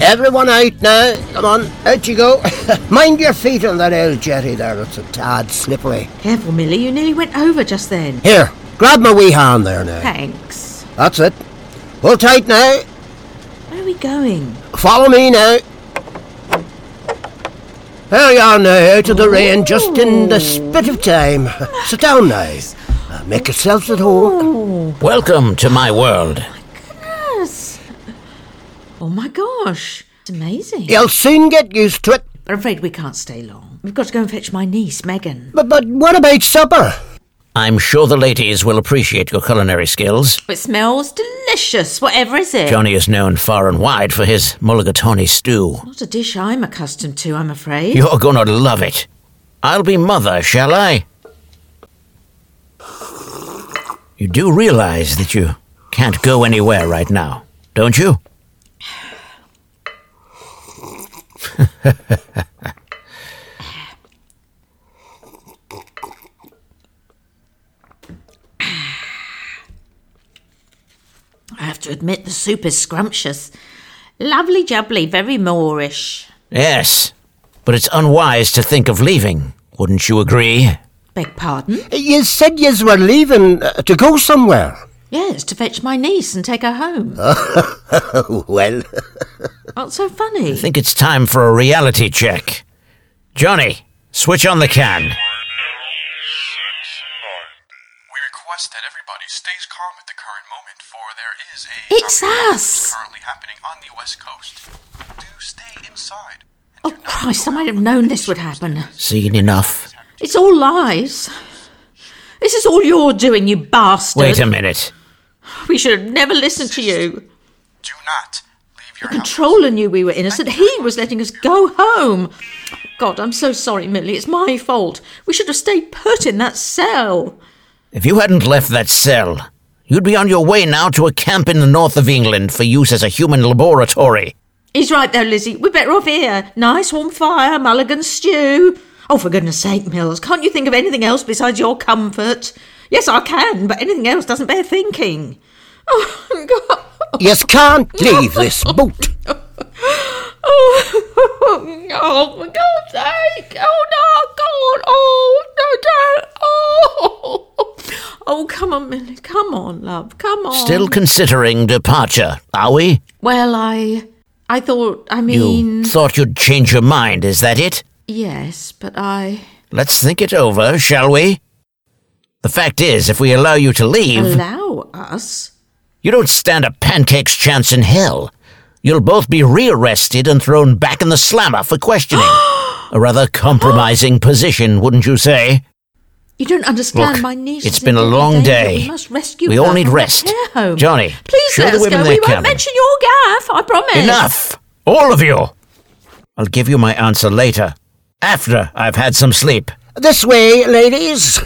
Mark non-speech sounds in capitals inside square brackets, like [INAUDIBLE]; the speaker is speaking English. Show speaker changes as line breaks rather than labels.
Everyone out now. Come on, out you go. [LAUGHS] Mind your feet on that old jetty there. It's a tad slippery.
Careful, Millie, you nearly went over just then.
Here, grab my wee hand there now.
[LAUGHS] Thanks.
That's it. Hold tight now.
Where are we going?
Follow me now. There you are now, out of the rain, just in the spit of time. [LAUGHS] Sit down now. Uh, Make yourselves at home.
Welcome to my world.
Yes. Oh my gosh. It's amazing.
You'll soon get used to it.
I'm afraid we can't stay long. We've got to go and fetch my niece, Megan.
But, but what about supper?
I'm sure the ladies will appreciate your culinary skills.
It smells delicious. Whatever is it?
Johnny is known far and wide for his mulligatawny stew.
Not a dish I'm accustomed to, I'm afraid.
You're gonna love it. I'll be mother, shall I? You do realize that you can't go anywhere right now, don't you?
I have to admit, the soup is scrumptious. Lovely jubbly, very Moorish.
Yes, but it's unwise to think of leaving, wouldn't you agree?
Beg pardon?
You said yous were leaving uh, to go somewhere.
Yes, to fetch my niece and take her home.
Oh, well. [LAUGHS]
What's so funny?
I think it's time for a reality check. Johnny, switch on the can.
We request that everybody stays calm at the current moment, for there is a
It's
tropical
us!
event currently happening on the west coast. Do stay inside.
Oh, Christ, I might have known this would happen.
Seen enough.
It's all lies. This is all you're doing, you bastard.
Wait a minute.
We should have never listened to you.
Do not leave your house.
Controller knew we were innocent. He was letting us go home. God, I'm so sorry, Millie. It's my fault. We should have stayed put in that cell.
If you hadn't left that cell, you'd be on your way now to a camp in the north of England for use as a human laboratory.
He's right, though, Lizzie. We're better off here. Nice warm fire, mulligan stew. Oh, for goodness sake, Mills, can't you think of anything else besides your comfort? Yes, I can, but anything else doesn't bear thinking. Oh, God.
Yous can't leave this boat.
Oh, oh, for God's sake! Oh no, God! Oh no, don't! Oh, oh, come on, Millie, come on, love, come on.
Still considering departure, are we?
Well, I, I thought, I
You
mean,
thought you'd change your mind, is that it?
yes, but I
Let's think it over, shall we? The fact is, if we allow you to
Mm.
leave,
allow us.
you don't stand a pancake's chance in hell. You'll both be rearrested and thrown back in the slammer for questioning. a rather compromising position, wouldn't you say?
You don't understand
Look,
my niece.
it's
is in
been a
deadly
long
danger.
day.
We must rescue
We
her
all need
from that
rest.
care home.
Johnny,
please
show
let
the
us
women
go.
their
We
cabin.
won't mention your gaff. I promise.
Enough! All of you! I'll give you my answer later, after I've had some sleep.
This way, ladies.